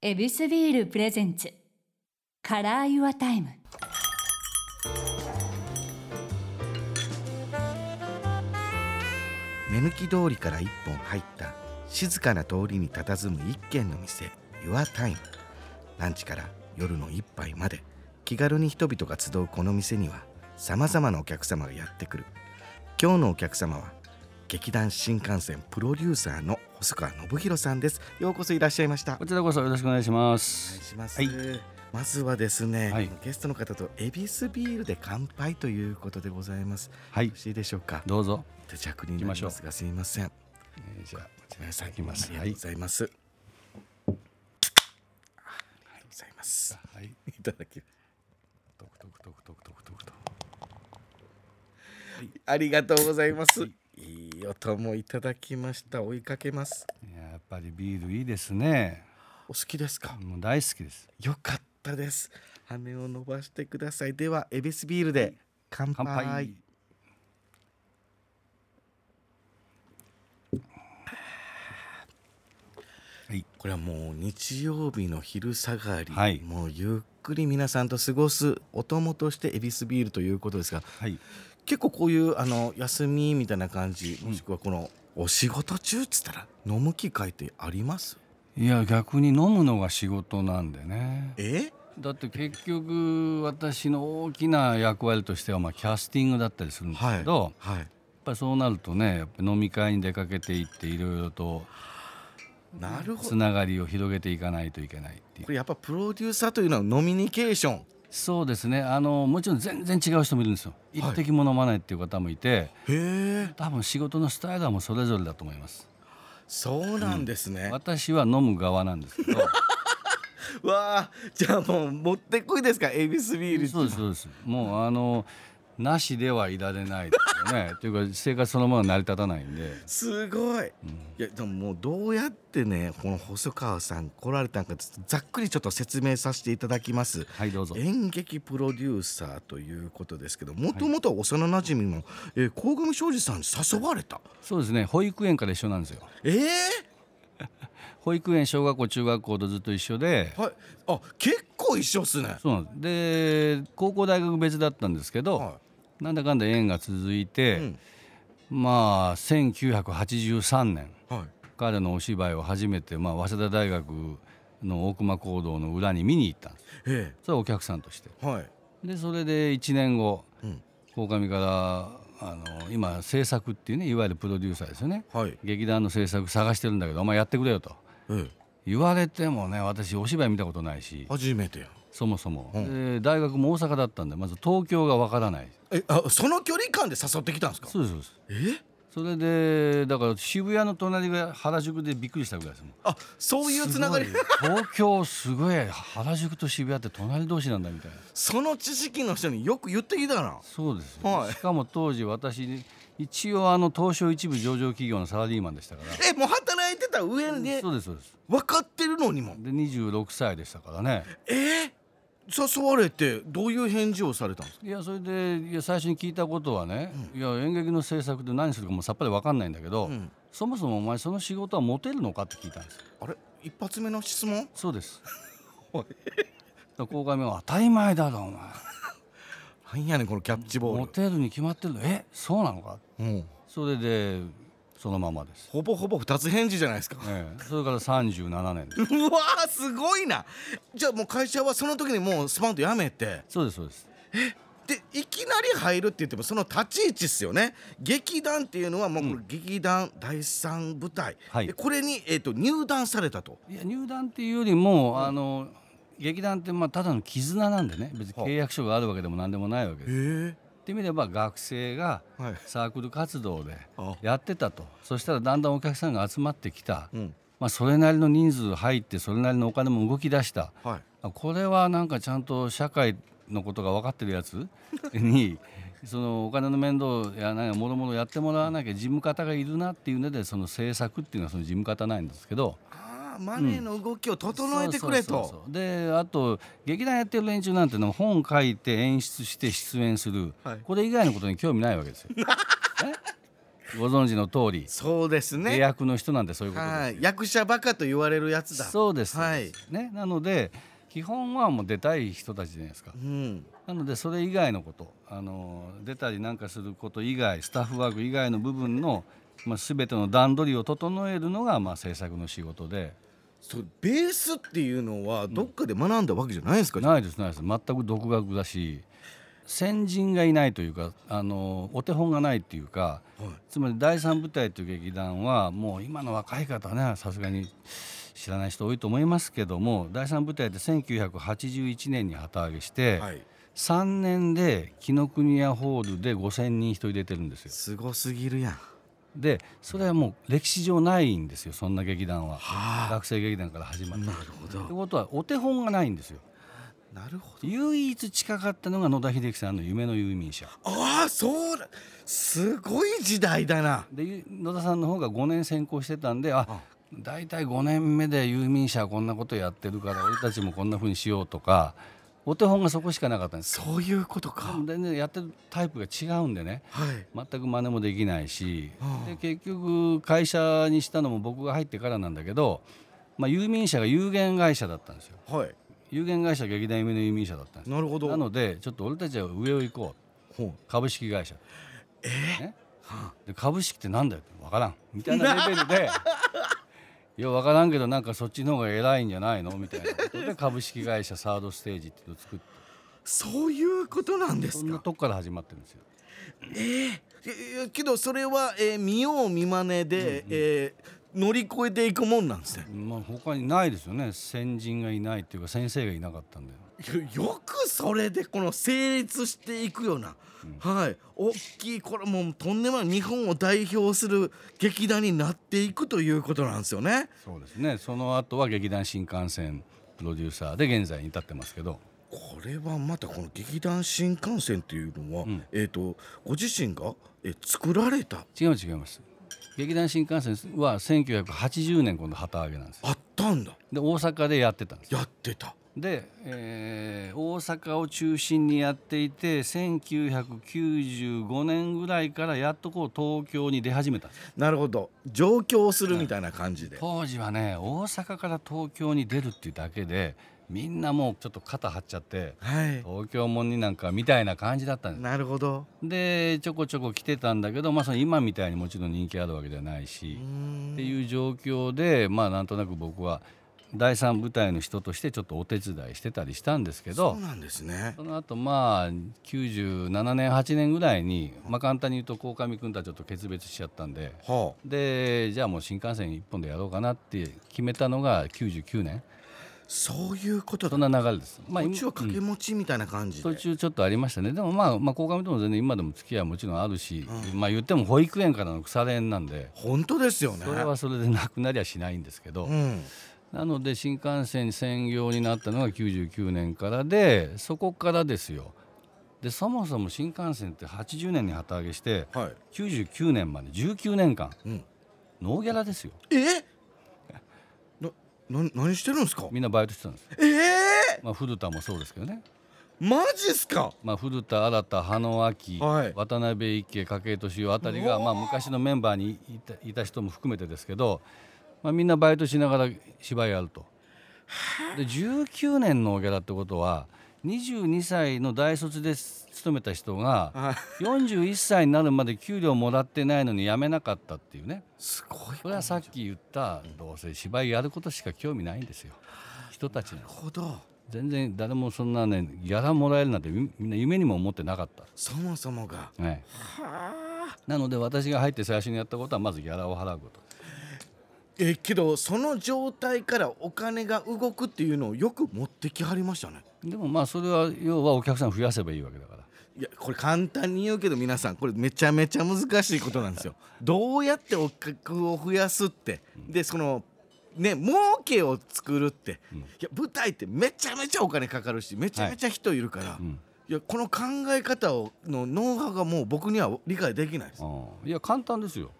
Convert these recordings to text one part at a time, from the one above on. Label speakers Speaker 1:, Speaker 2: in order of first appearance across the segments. Speaker 1: エビスビールプレゼンツカラーユアタイム
Speaker 2: 目抜き通りから一本入った静かな通りに佇む一軒の店 YourTime ランチから夜の一杯まで気軽に人々が集うこの店にはさまざまなお客様がやってくる今日のお客様は劇団新幹線プロデューサーの細川信弘さんですようこそいらっしゃいました
Speaker 3: こちらこそよろしくお願いしま
Speaker 2: お願い
Speaker 3: す。
Speaker 2: します、
Speaker 3: はい
Speaker 2: まずはですね、
Speaker 3: はい
Speaker 2: ゲストの方とエビスビールで乾杯ということでございます、
Speaker 3: はい
Speaker 2: よろしいでしょうか
Speaker 3: どうぞ。
Speaker 2: 手着になりますがすいません
Speaker 3: えーじゃあ
Speaker 2: ごめんなさい
Speaker 3: いきます
Speaker 2: ありがとうございます、ありがとうございます
Speaker 3: はい。
Speaker 2: いただき
Speaker 3: トクトクトクトクトクトクと。
Speaker 2: ありがとうございますいい音もいただきました追いかけます
Speaker 3: いややっぱりビールいいですね。
Speaker 2: お好きですか
Speaker 3: もう大好きです。
Speaker 2: よかったです羽を伸ばしてくださいではエビスビールで乾杯
Speaker 3: 乾杯。はい。
Speaker 2: これはもう日曜日の昼下がり、
Speaker 3: はい
Speaker 2: もうゆっくり皆さんと過ごすお供としてエビスビールということですが
Speaker 3: はい。
Speaker 2: 結構こういうあの休みみたいな感じもしくはこのお仕事中っつったら飲む機会ってあります
Speaker 3: いや逆に飲むのが仕事なんでね。
Speaker 2: え
Speaker 3: だって結局私の大きな役割としてはまあキャスティングだったりするんです
Speaker 2: は
Speaker 3: け
Speaker 2: い
Speaker 3: ど、
Speaker 2: はい
Speaker 3: やっぱりそうなるとねやっぱ飲み会に出かけていっていろいろと
Speaker 2: なるほ
Speaker 3: つ
Speaker 2: ど
Speaker 3: ながりを広げていかないといけないっていう
Speaker 2: これやっぱプロデューサーというのはノミニケーション
Speaker 3: そうですねあのもちろん全然違う人もいるんですよ一滴も飲まないっていう方もいて、
Speaker 2: へえ
Speaker 3: 多分仕事のスタイルはもうそれぞれだと思います
Speaker 2: そうなんですね、
Speaker 3: 私は飲む側なんですけ ど
Speaker 2: わあじゃあもう持ってこいですかエビスビール
Speaker 3: そうですそうですもうあのなしではいられないですよね というか生活そのものは成り立たないんで、
Speaker 2: すごい
Speaker 3: うん
Speaker 2: いやでももうどうやってねこの細川さん来られたのかざっくりちょっと説明させていただきます
Speaker 3: はいどうぞ
Speaker 2: 演劇プロデューサーということですけどもともとは幼なじみの、えー、高組庄司さんに誘われた
Speaker 3: そうですね保育園から一緒なんですよ
Speaker 2: えー、
Speaker 3: 保育園小学校中学校とずっと一緒で
Speaker 2: はいあ結構一緒っすね
Speaker 3: そうなんですで高校大学別だったんですけど、
Speaker 2: は
Speaker 3: なんだかんだ縁が続いて、
Speaker 2: うん
Speaker 3: まあ1983年
Speaker 2: い、はい、
Speaker 3: 彼のお芝居を初めて、まあ、早稲田大学の大熊講堂の裏に見に行ったんです
Speaker 2: え
Speaker 3: それはお客さんとして
Speaker 2: えはい、
Speaker 3: でそれで1年後
Speaker 2: うん、
Speaker 3: 鴻上からあの今制作っていうねいわゆるプロデューサーですよね
Speaker 2: はい
Speaker 3: 劇団の制作探してるんだけどお前やってくれよと
Speaker 2: ええ
Speaker 3: 言われてもね私お芝居見たことないし
Speaker 2: 初めてや
Speaker 3: そもそも、
Speaker 2: う
Speaker 3: で大学も大阪だったんでまず東京がわからない
Speaker 2: えあその距離感で誘ってきたんですか
Speaker 3: そうですそうです
Speaker 2: え
Speaker 3: それでだから渋谷の隣が原宿でびっくりしたぐらいですもん
Speaker 2: あそういうつながり
Speaker 3: すごい東京すごい原宿と渋谷って隣同士なんだみたいな
Speaker 2: その知識の人によく言ってきた な
Speaker 3: そうですよ、
Speaker 2: はい
Speaker 3: しかも当時私一応あの東証一部上場企業のサラリーマンでしたから
Speaker 2: えもう働いてた上で
Speaker 3: そうですそうです
Speaker 2: 分かってるのにも
Speaker 3: で26歳でしたからね
Speaker 2: えー、誘われてどういう返事をされたんですか
Speaker 3: いやそれでいや最初に聞いたことはね、いや演劇の制作で何するかもうさっぱり分かんないんだけど、
Speaker 2: ん
Speaker 3: そもそもお前その仕事はモテるのかって聞いたんです
Speaker 2: あれ一発目の質問
Speaker 3: そ うですだから鴻上は「当たり前だろお前
Speaker 2: なんやねんこのキャッチボー
Speaker 3: モ
Speaker 2: ル、
Speaker 3: テるに決まってるのえそうなのか?
Speaker 2: うん」
Speaker 3: それでそのままです
Speaker 2: ほぼほぼ二つ返事じゃないですか
Speaker 3: ええ、それから37年です
Speaker 2: うわーすごいなじゃあもう会社はその時にもうスパンとやめて
Speaker 3: そうですそうです
Speaker 2: でいきなり入るって言ってもその立ち位置っすよね劇団っていうのはもうこれ劇団第三舞台、
Speaker 3: はい
Speaker 2: でこれに、えー、と入団されたと
Speaker 3: いや入団っていうよりも、あの劇団ってまあただの絆なんでね別に
Speaker 2: はあ
Speaker 3: 契約書があるわけでも何でもないわけです、っ
Speaker 2: え
Speaker 3: てみれば学生が
Speaker 2: はい
Speaker 3: サークル活動で
Speaker 2: あ
Speaker 3: やってたとそしたらだんだんお客さんが集まってきた、
Speaker 2: うん
Speaker 3: まあ、それなりの人数入ってそれなりのお金も動き出した
Speaker 2: はい
Speaker 3: あこれはなんかちゃんと社会のことが分かってるやつ にそのお金の面倒やなんかもろもろやってもらわなきゃ事務方がいるなっていうのでその政策っていうのはその事務方なんですけど
Speaker 2: ああマネーの動きを整えてくれ
Speaker 3: そうそう
Speaker 2: と
Speaker 3: そうそうであと劇団やってる連中なんてのは本書いて演出して出演する、
Speaker 2: はい
Speaker 3: これ以外のことに興味ないわけですよ。ねご存知の通り、
Speaker 2: そうです
Speaker 3: 英
Speaker 2: ね
Speaker 3: 訳の人なんでそういうことです
Speaker 2: はい役者バカと言われるやつだう、
Speaker 3: そうです、
Speaker 2: はい
Speaker 3: ね、なので基本はもう出たい人たちじゃないですか、
Speaker 2: ん、
Speaker 3: なのでそれ以外のことあの出たりなんかすること以外スタッフワーク以外の部分の、まあ、全ての段取りを整えるのが、まあ、制作の仕事で
Speaker 2: そうベースっていうのはどっかで学んだわけじゃないんですか、
Speaker 3: ないですないです全く独学だし先人がいないというかあのお手本がないっていうか、
Speaker 2: はい
Speaker 3: つまり第三舞台という劇団はもう今の若い方はねさすがに知らない人多いと思いますけども第三舞台って1981年に旗揚げして、
Speaker 2: はい
Speaker 3: 3年で紀ノ国屋ホールで5,000人人入れてるんですよ。
Speaker 2: すごすぎるやん
Speaker 3: でそれはもう歴史上ないんですよそんな劇団は、
Speaker 2: はあ
Speaker 3: 学生劇団から始まって。
Speaker 2: な
Speaker 3: っ
Speaker 2: るほ
Speaker 3: て
Speaker 2: ど
Speaker 3: ことはお手本がないんですよ。
Speaker 2: なるほど
Speaker 3: 唯一近かったのが野田秀樹さんの「夢の遊民者
Speaker 2: ああそうだすごい時代だな」
Speaker 3: でゆ野田さんの方が5年先行してたんであ大体5年目で遊民者はこんなことやってるから俺たちもこんな風にしようとかお手本がそこしかなかったんです
Speaker 2: そういうことか
Speaker 3: 全然やってるタイプが違うんでね
Speaker 2: はい
Speaker 3: 全く真似もできないし、
Speaker 2: はあ
Speaker 3: で結局会社にしたのも僕が入ってからなんだけど、まあ、遊民者が有限会社だったんですよ
Speaker 2: はい
Speaker 3: 有限会社劇団夢の遊民者だったんです
Speaker 2: なるほど
Speaker 3: なのでちょっと俺たちは上を行こう
Speaker 2: ほう
Speaker 3: 株式会社ねで株式ってなんだよ分からんみたいなレベ ルでいや分からんけどなんかそっちの方が偉いんじゃないのみたいなことで株式会社サードステージっていうのを作って
Speaker 2: そういうことなんで
Speaker 3: そ
Speaker 2: す
Speaker 3: んな
Speaker 2: か
Speaker 3: とこから始まってるんですよ。
Speaker 2: いやけどそれは、えー見よう見まねで、えー乗り越えていくもんなんですね
Speaker 3: まあ他にないですよね先人がいないっていうか先生がいなかったんで
Speaker 2: よよくそれでこの成立していくような、はい大きいこれもうとんでもない日本を代表する劇団になっていくということなんですよね
Speaker 3: そうですねその後は劇団新幹線プロデューサーで現在に至ってますけど
Speaker 2: これはまたこの劇団新幹線というのは、
Speaker 3: ん
Speaker 2: えっ、とご自身が、えー作られた
Speaker 3: 違う違います劇団新幹線は1980年今度旗揚げなんですよ
Speaker 2: あったんだ
Speaker 3: で大阪でやってたんです
Speaker 2: やってた
Speaker 3: で、えー大阪を中心にやっていて1995年ぐらいからやっとこう東京に出始めたんです
Speaker 2: なるほど上京するみたいな感じで、
Speaker 3: 当時はね大阪から東京に出るっていうだけでみんなもうちょっと肩張っちゃって
Speaker 2: はい
Speaker 3: 東京もんになんかみたいな感じだったんです
Speaker 2: なるほど
Speaker 3: でちょこちょこ来てたんだけど、まあ、その今みたいにもちろん人気あるわけじゃないしっていう状況でまあなんとなく僕は第三舞台の人としてちょっとお手伝いしてたりしたんですけど
Speaker 2: そうなんですね
Speaker 3: その後まあ97年8年ぐらいに、まあ、簡単に言うと鴻上君とはちょっと決別しちゃったんで
Speaker 2: はあ
Speaker 3: でじゃあもう新幹線一本でやろうかなって決めたのが99年
Speaker 2: そういうこと
Speaker 3: そ
Speaker 2: だ
Speaker 3: んな流れです。まあ
Speaker 2: こっ
Speaker 3: 今
Speaker 2: ちは掛け持ちみたいな感じで、
Speaker 3: 途中ちょっとありましたねでもまあまあ鴻上とも全然今でも付き合いはもちろんあるし、まあ言っても保育園からの腐れ縁なんで
Speaker 2: 本当ですよね
Speaker 3: それはそれでなくなりゃしないんですけど、
Speaker 2: うん
Speaker 3: なので新幹線専業になったのが99年からでそこからですよでそもそも新幹線って80年に旗揚げして
Speaker 2: はい
Speaker 3: 99年まで19年間、
Speaker 2: うん
Speaker 3: ノーギャラですよ
Speaker 2: えなな何してるんですか
Speaker 3: みんなバイトしてたんです、
Speaker 2: ええ
Speaker 3: まあ、古田もそうですけどね、
Speaker 2: マジっすか
Speaker 3: まあ、古田新田羽野秋、
Speaker 2: はい
Speaker 3: 渡辺一家筧敏夫あたりが、まあ、昔のメンバーにいたいた人も含めてですけど、まあ、みんなバイトしながら芝居やると。で19年のギャラってことは22歳の大卒で勤めた人が
Speaker 2: あ
Speaker 3: 41歳になるまで給料もらってないのに辞めなかったっていうね
Speaker 2: すごい
Speaker 3: これはさっき言ったどうせ芝居やることしか興味ないんですよ人たちの
Speaker 2: なるほど
Speaker 3: 全然誰もそんなねギャラもらえるなんてみみんな夢にも思ってなかった
Speaker 2: そもそもが
Speaker 3: はい、なので私が入って最初にやったことはまずギャラを払うこと
Speaker 2: えけどその状態からお金が動くっていうのをよく持ってきはりましたね
Speaker 3: でもまあそれは要はお客さん増やせばいいわけだから
Speaker 2: いやこれ簡単に言うけど皆さんこれめちゃめちゃ難しいことなんですよ。どうやってお客を増やすってでそのね儲けを作るって、いや舞台ってめちゃめちゃお金かかるしめちゃめちゃ人いるから、い
Speaker 3: ん
Speaker 2: やこの考え方をのノウハウがもう僕には理解できないです。
Speaker 3: うんいや簡単ですよ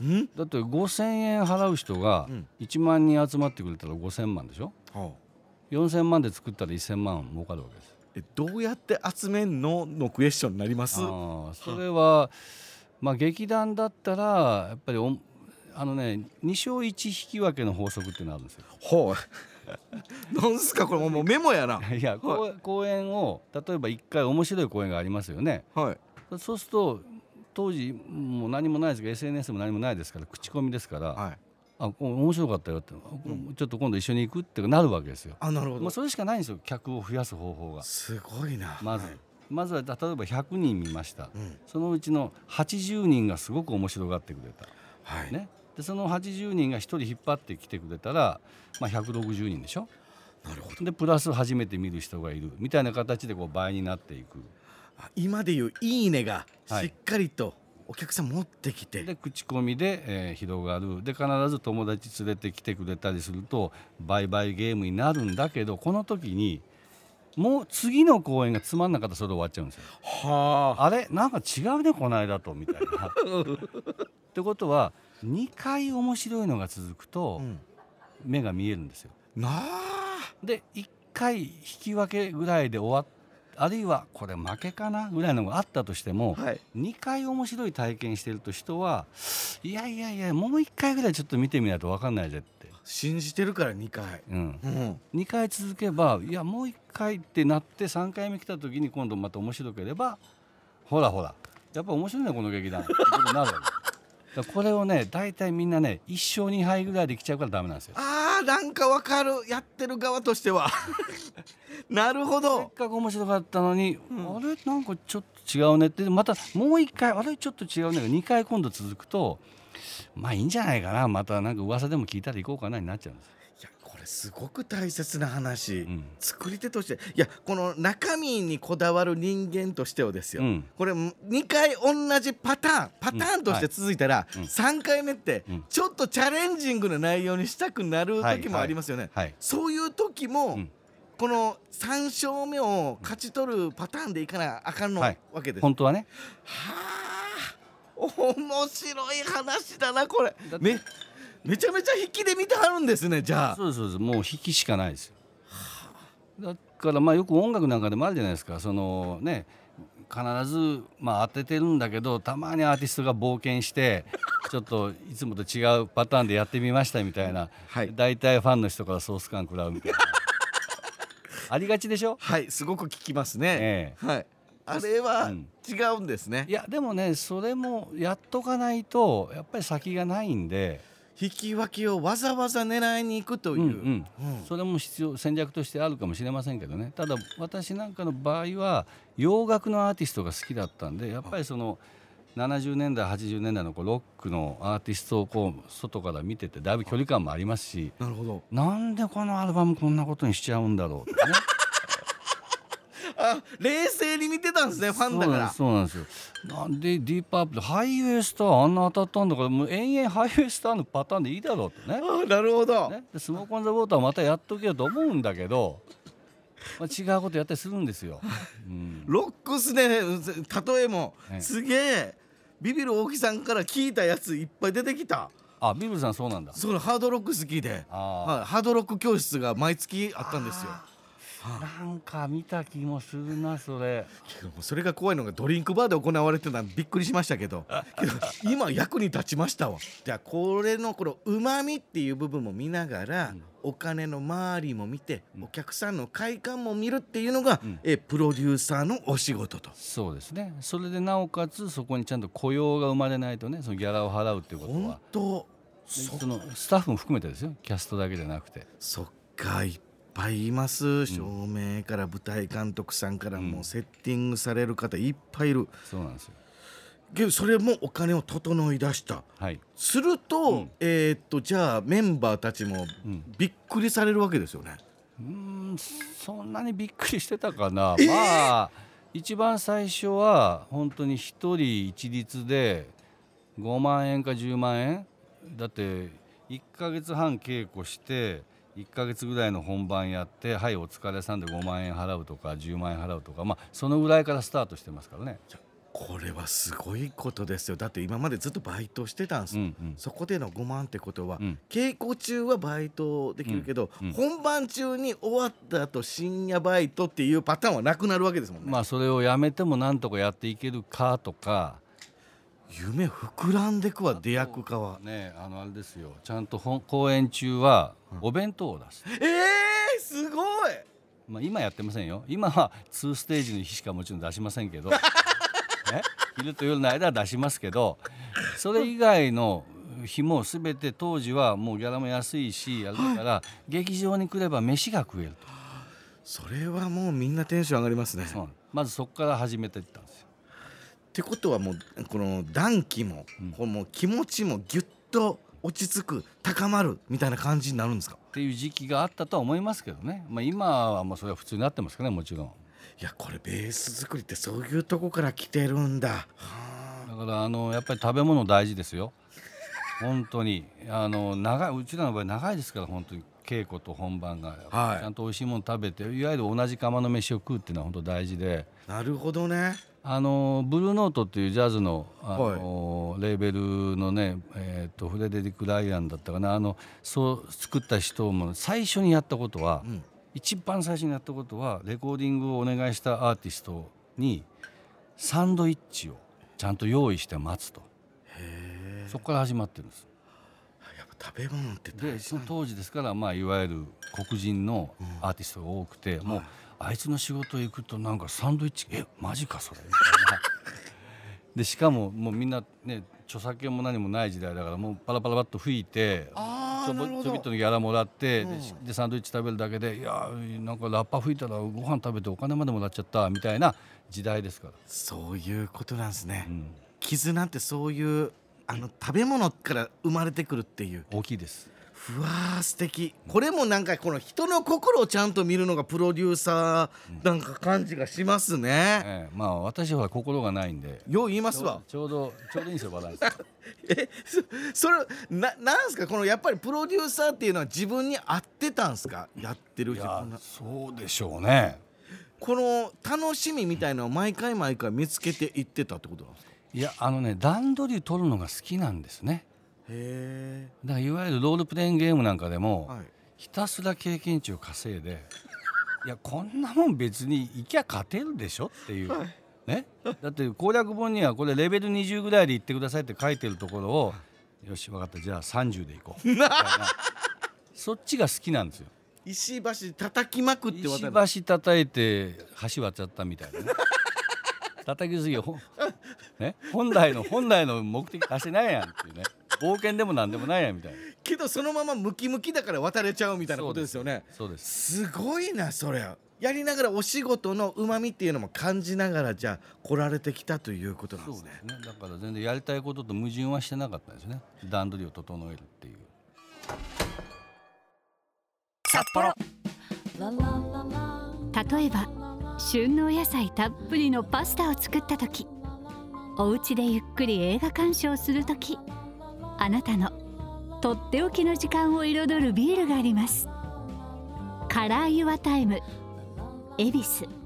Speaker 2: ん
Speaker 3: だって5,000円払う人が
Speaker 2: うん
Speaker 3: 1万人集まってくれたら5,000万でしょ
Speaker 2: は
Speaker 3: 4,000万で作ったら1,000万儲かるわけです
Speaker 2: あ、えどうやって集めんののクエスチョンになります。
Speaker 3: あーそれはまあ、劇団だったらやっぱりおあのね2勝1引き分けの法則っていうのあるんですよ。
Speaker 2: ほう なんすかこれもうメモやない
Speaker 3: や公公演を例えば1回面白い公演がありますよね。
Speaker 2: はい
Speaker 3: そうすると当時もう何もないですけど SNS も何もないですから口コミですから、
Speaker 2: はい
Speaker 3: あこう面白かったよって、ちょっと今度一緒に行くってなるわけですよ。
Speaker 2: あなるほ
Speaker 3: もうそれしかないんですよ客を増やす方法が。
Speaker 2: すごいな
Speaker 3: まず、まずは例えば100人見ました、
Speaker 2: うん
Speaker 3: そのうちの80人がすごく面白がってくれた、
Speaker 2: はい、
Speaker 3: ね、でその80人が1人引っ張ってきてくれたら、まあ、160人でしょ
Speaker 2: なるほど
Speaker 3: でプラス初めて見る人がいるみたいな形でこう倍になっていく
Speaker 2: あ今でいう「いいね」が
Speaker 3: は
Speaker 2: し
Speaker 3: い
Speaker 2: っかりとお客さん持ってきて、
Speaker 3: で口コミで、えー広がるで必ず友達連れてきてくれたりすると倍々ゲームになるんだけどこの時にもう次の公演がつまんなかったらそれで終わっちゃうんですよ。
Speaker 2: はあ
Speaker 3: あれなんか違うねこの間とみたいな。ってことは2回面白いのが続くと
Speaker 2: うん
Speaker 3: 目が見えるんですよ。
Speaker 2: なあ
Speaker 3: で1回引き分けぐらいで終わっあるいはこれ負けかなぐらいのがあったとしても、
Speaker 2: はい
Speaker 3: 2回面白い体験してると人はいやいやいやもう1回ぐらいちょっと見てみないと分かんないぜって、
Speaker 2: 信じてるから2回
Speaker 3: うん、
Speaker 2: うん
Speaker 3: 2回続けばいやもう1回ってなって3回目来た時に今度また面白ければほらほらやっぱ面白いねこの劇団ってことになるわけだからこれをね大体みんなね1勝2敗ぐらいで来ちゃうからダメなんですよ。
Speaker 2: あーなんかわかるやってる側と してはなるほ
Speaker 3: せっ
Speaker 2: ど
Speaker 3: かく面白かったのに、
Speaker 2: ん
Speaker 3: あれなんかちょっと違うねってまたもう一回あれちょっと違うねが2回今度続くとまあいいんじゃないかなまたなんか噂でも聞いたら行こうかなになっちゃうんですよ
Speaker 2: いやこれすごく大切な話、
Speaker 3: うん
Speaker 2: 作り手としていやこの中身にこだわる人間としてはですよ、
Speaker 3: うん
Speaker 2: これ2回同じパターンパターンとして続いたら、
Speaker 3: うんはいうん
Speaker 2: 3回目って
Speaker 3: うん
Speaker 2: ちょっとチャレンジングな内容にしたくなる
Speaker 3: はい
Speaker 2: 時もありますよね、
Speaker 3: はい
Speaker 2: そういう時も、
Speaker 3: うん
Speaker 2: この3勝目を勝ち取るパターンでいかなあかんの、
Speaker 3: はい
Speaker 2: わけです
Speaker 3: 本当はね
Speaker 2: はあ面白い話だなこれ
Speaker 3: だって
Speaker 2: めめちゃめちゃ引きで見てはるんですねじゃあ
Speaker 3: そうですそうですもう引きしかないですよだからまあよく音楽なんかでもあるじゃないですかそのね必ずまあ当ててるんだけどたまにアーティストが冒険して ちょっといつもと違うパターンでやってみましたみたいな、
Speaker 2: はい
Speaker 3: 大体ファンの人からソース感食らう みたいなありがちでしょ
Speaker 2: はいすごく聞きますね、
Speaker 3: え
Speaker 2: はいあれは
Speaker 3: うん
Speaker 2: 違うんですね、
Speaker 3: いやでもねそれもやっとかないとやっぱり先がないんで、
Speaker 2: 引き分けをわざわざ狙いに行くという、
Speaker 3: うん
Speaker 2: うん
Speaker 3: それも必要戦略としてあるかもしれませんけどねただ私なんかの場合は洋楽のアーティストが好きだったんでやっぱりその70年代80年代のこうロックのアーティストをこう外から見ててだいぶ距離感もありますし
Speaker 2: なるほど
Speaker 3: なんでこのアルバムこんなことにしちゃうんだろ うってね。
Speaker 2: あ冷静に見てたんですねファンだから
Speaker 3: そうなんですそうなんですよなんでディープアップでハイウェイスターあんな当たったんだからもう延々ハイウェイスターのパターンでいいだろうってね
Speaker 2: あなるほど、
Speaker 3: ねでスモーク・オン・ザ・ウォーターはまたやっとけよと思うんだけど、まあ、違うことやったりするんです よ。うん
Speaker 2: ロックスね例えも、
Speaker 3: ええ
Speaker 2: すげえビビる大木さんから聞いたやついっぱい出てきた
Speaker 3: あビブルさんそうなんだ。
Speaker 2: そのハードロック好きで、
Speaker 3: あ
Speaker 2: はい、ハードロック教室が毎月あったんですよ
Speaker 3: ーなんか見た気もするなそれ。
Speaker 2: けどもうそれが怖いのがドリンクバーで行われてたのびっくりしましたけどけど今役に立ちましたわじゃあこれのこのうまみっていう部分も見ながら、お金の周りも見て、お客さんの快感も見るっていうのが、えプロデューサーのお仕事と
Speaker 3: そうですねそれでなおかつそこにちゃんと雇用が生まれないとねそのギャラを払うっていうこと
Speaker 2: 本
Speaker 3: は
Speaker 2: 当
Speaker 3: で
Speaker 2: そ
Speaker 3: そのスタッフも含めてですよキャストだけじゃなくて。
Speaker 2: そっかいっぱいいます照明から舞台監督さんからもうセッティングされる方いっぱいいる
Speaker 3: そうなんですよ。
Speaker 2: けどそれもお金を整い出した
Speaker 3: はい
Speaker 2: すると、えーっとじゃあメンバーたちも
Speaker 3: ん
Speaker 2: びっくりされるわけですよね。
Speaker 3: うーんそんなにびっくりしてたかな、まあ一番最初は本当に一人一律で5万円か10万円だって1ヶ月半稽古して1ヶ月ぐらいの本番やって「はいお疲れさん」で5万円払うとか10万円払うとかまあそのぐらいからスタートしてますからね。
Speaker 2: これはすごいことですよだって今までずっとバイトしてたんです、
Speaker 3: うんうん
Speaker 2: そこでの5万ってことは、
Speaker 3: うん
Speaker 2: 稽古中はバイトできるけど、
Speaker 3: うんうん
Speaker 2: 本番中に終わった後深夜バイトっていうパターンはなくなるわけですもんね。
Speaker 3: まあそれをやめてもなんとかやっていけるかとか
Speaker 2: 夢膨らんでくわ出役かは
Speaker 3: ねあのあれですよちゃんと本公演中はお弁当を出す、
Speaker 2: えー、すごい
Speaker 3: まあ、今やってませんよ今は2ステージの日しかもちろん出しませんけどね昼と夜の間は出しますけどそれ以外の日も全て当時はもうギャラも安いしあれだから劇場に来れば飯が食えると
Speaker 2: それはもうみんなテンション上がりますね
Speaker 3: そうなんですまずそこから始めていったんですよ
Speaker 2: ってことはもうこの暖気も,、こうもう気持ちもぎゅっと落ち着く高まるみたいな感じになるんですか
Speaker 3: っていう時期があったとは思いますけどね、まあ、今はまあそれは普通になってますからねもちろん。
Speaker 2: いやこれベース作りってそういうとこから来てるんだは
Speaker 3: だからあのやっぱり食べ物大事ですよ。本当にあの長いうちらの場合長いですから本当に稽古と本番が、
Speaker 2: はい
Speaker 3: ちゃんと美味しいもの食べていわゆる同じ釜の飯を食うっていうのは本当大事で。
Speaker 2: あなるほどね
Speaker 3: あのブルーノートっていうジャズのあの、レーベルのね、えー、とフレデリック・ライアンだったかなあのそう作った人も最初にやったことは、
Speaker 2: ん
Speaker 3: 一番最初にやったことはレコーディングをお願いしたアーティストにサンドイッチをちゃんと用意して待つと
Speaker 2: へえ
Speaker 3: そこから始まってるんです。
Speaker 2: やっぱ食べ物って大
Speaker 3: で
Speaker 2: 事
Speaker 3: その当時ですから、まあ、いわゆる黒人のアーティストが多くて、もう、あいつの仕事行くとなんかサンドイッチえマジかそれみたいな でしかももうみんなね著作権も何もない時代だからもうパラパラパッと吹いて
Speaker 2: あー
Speaker 3: ちょ
Speaker 2: な
Speaker 3: ぼ
Speaker 2: るほど
Speaker 3: ちょびっとのギャラもらって、でしでサンドイッチ食べるだけでいやーなんかラッパ吹いたらご飯食べてお金までもらっちゃったみたいな時代ですから。
Speaker 2: そういうことなんですね、
Speaker 3: うん
Speaker 2: 絆ってそういうあの食べ物から生まれてくるっていう
Speaker 3: 大きいです
Speaker 2: うわー素敵これもなんかこの人の心をちゃんと見るのがプロデューサーなんか感じがしますね、
Speaker 3: ええまあ私は心がないんで
Speaker 2: よう言いますわ
Speaker 3: ちょうどちょうどいいんですよバラ ンス
Speaker 2: えそそれななんすかこのやっぱりプロデューサーっていうのは自分に合ってたんすかやってる
Speaker 3: い
Speaker 2: 自
Speaker 3: や
Speaker 2: 分が
Speaker 3: そうでしょうね
Speaker 2: この楽しみみたいのを毎回毎回見つけていってたってことなんですか
Speaker 3: いやあのね段取り取るのが好きなんですね
Speaker 2: へ
Speaker 3: だからいわゆるロールプレイングゲームなんかでも、
Speaker 2: え、はい、
Speaker 3: ひたすら経験値を稼いでいやこんなもん別にいきゃ勝てるでしょっていう、ね、だって攻略本にはこれレベル20ぐらいでいってくださいって書いてるところをよし分かったじゃあ30で いこうみたいなそっちが好きなんですよ。
Speaker 2: 石橋叩きまくって渡る
Speaker 3: 石橋叩いて橋渡っちゃったみた いなね叩きすぎよ、ほんね、本来の本来の目的達してないやんっていうね冒険でもなんでもないやんみたいな
Speaker 2: けどそのままムキムキだから渡れちゃうみたいなことですよね
Speaker 3: そうです
Speaker 2: すごいなそれやりながらお仕事のうまみっていうのも感じながらじゃあ来られてきたということなん
Speaker 3: そ
Speaker 2: で
Speaker 3: う
Speaker 2: すね
Speaker 3: ですねだから全然やりたいことと矛盾はしてなかったですね段取りを整えるっていう
Speaker 1: 例えば旬のお野菜たっぷりのパスタを作った時お家でゆっくり映画鑑賞する時あなたのとっておきの時間を彩るビールがありますカラーユアタイム恵比寿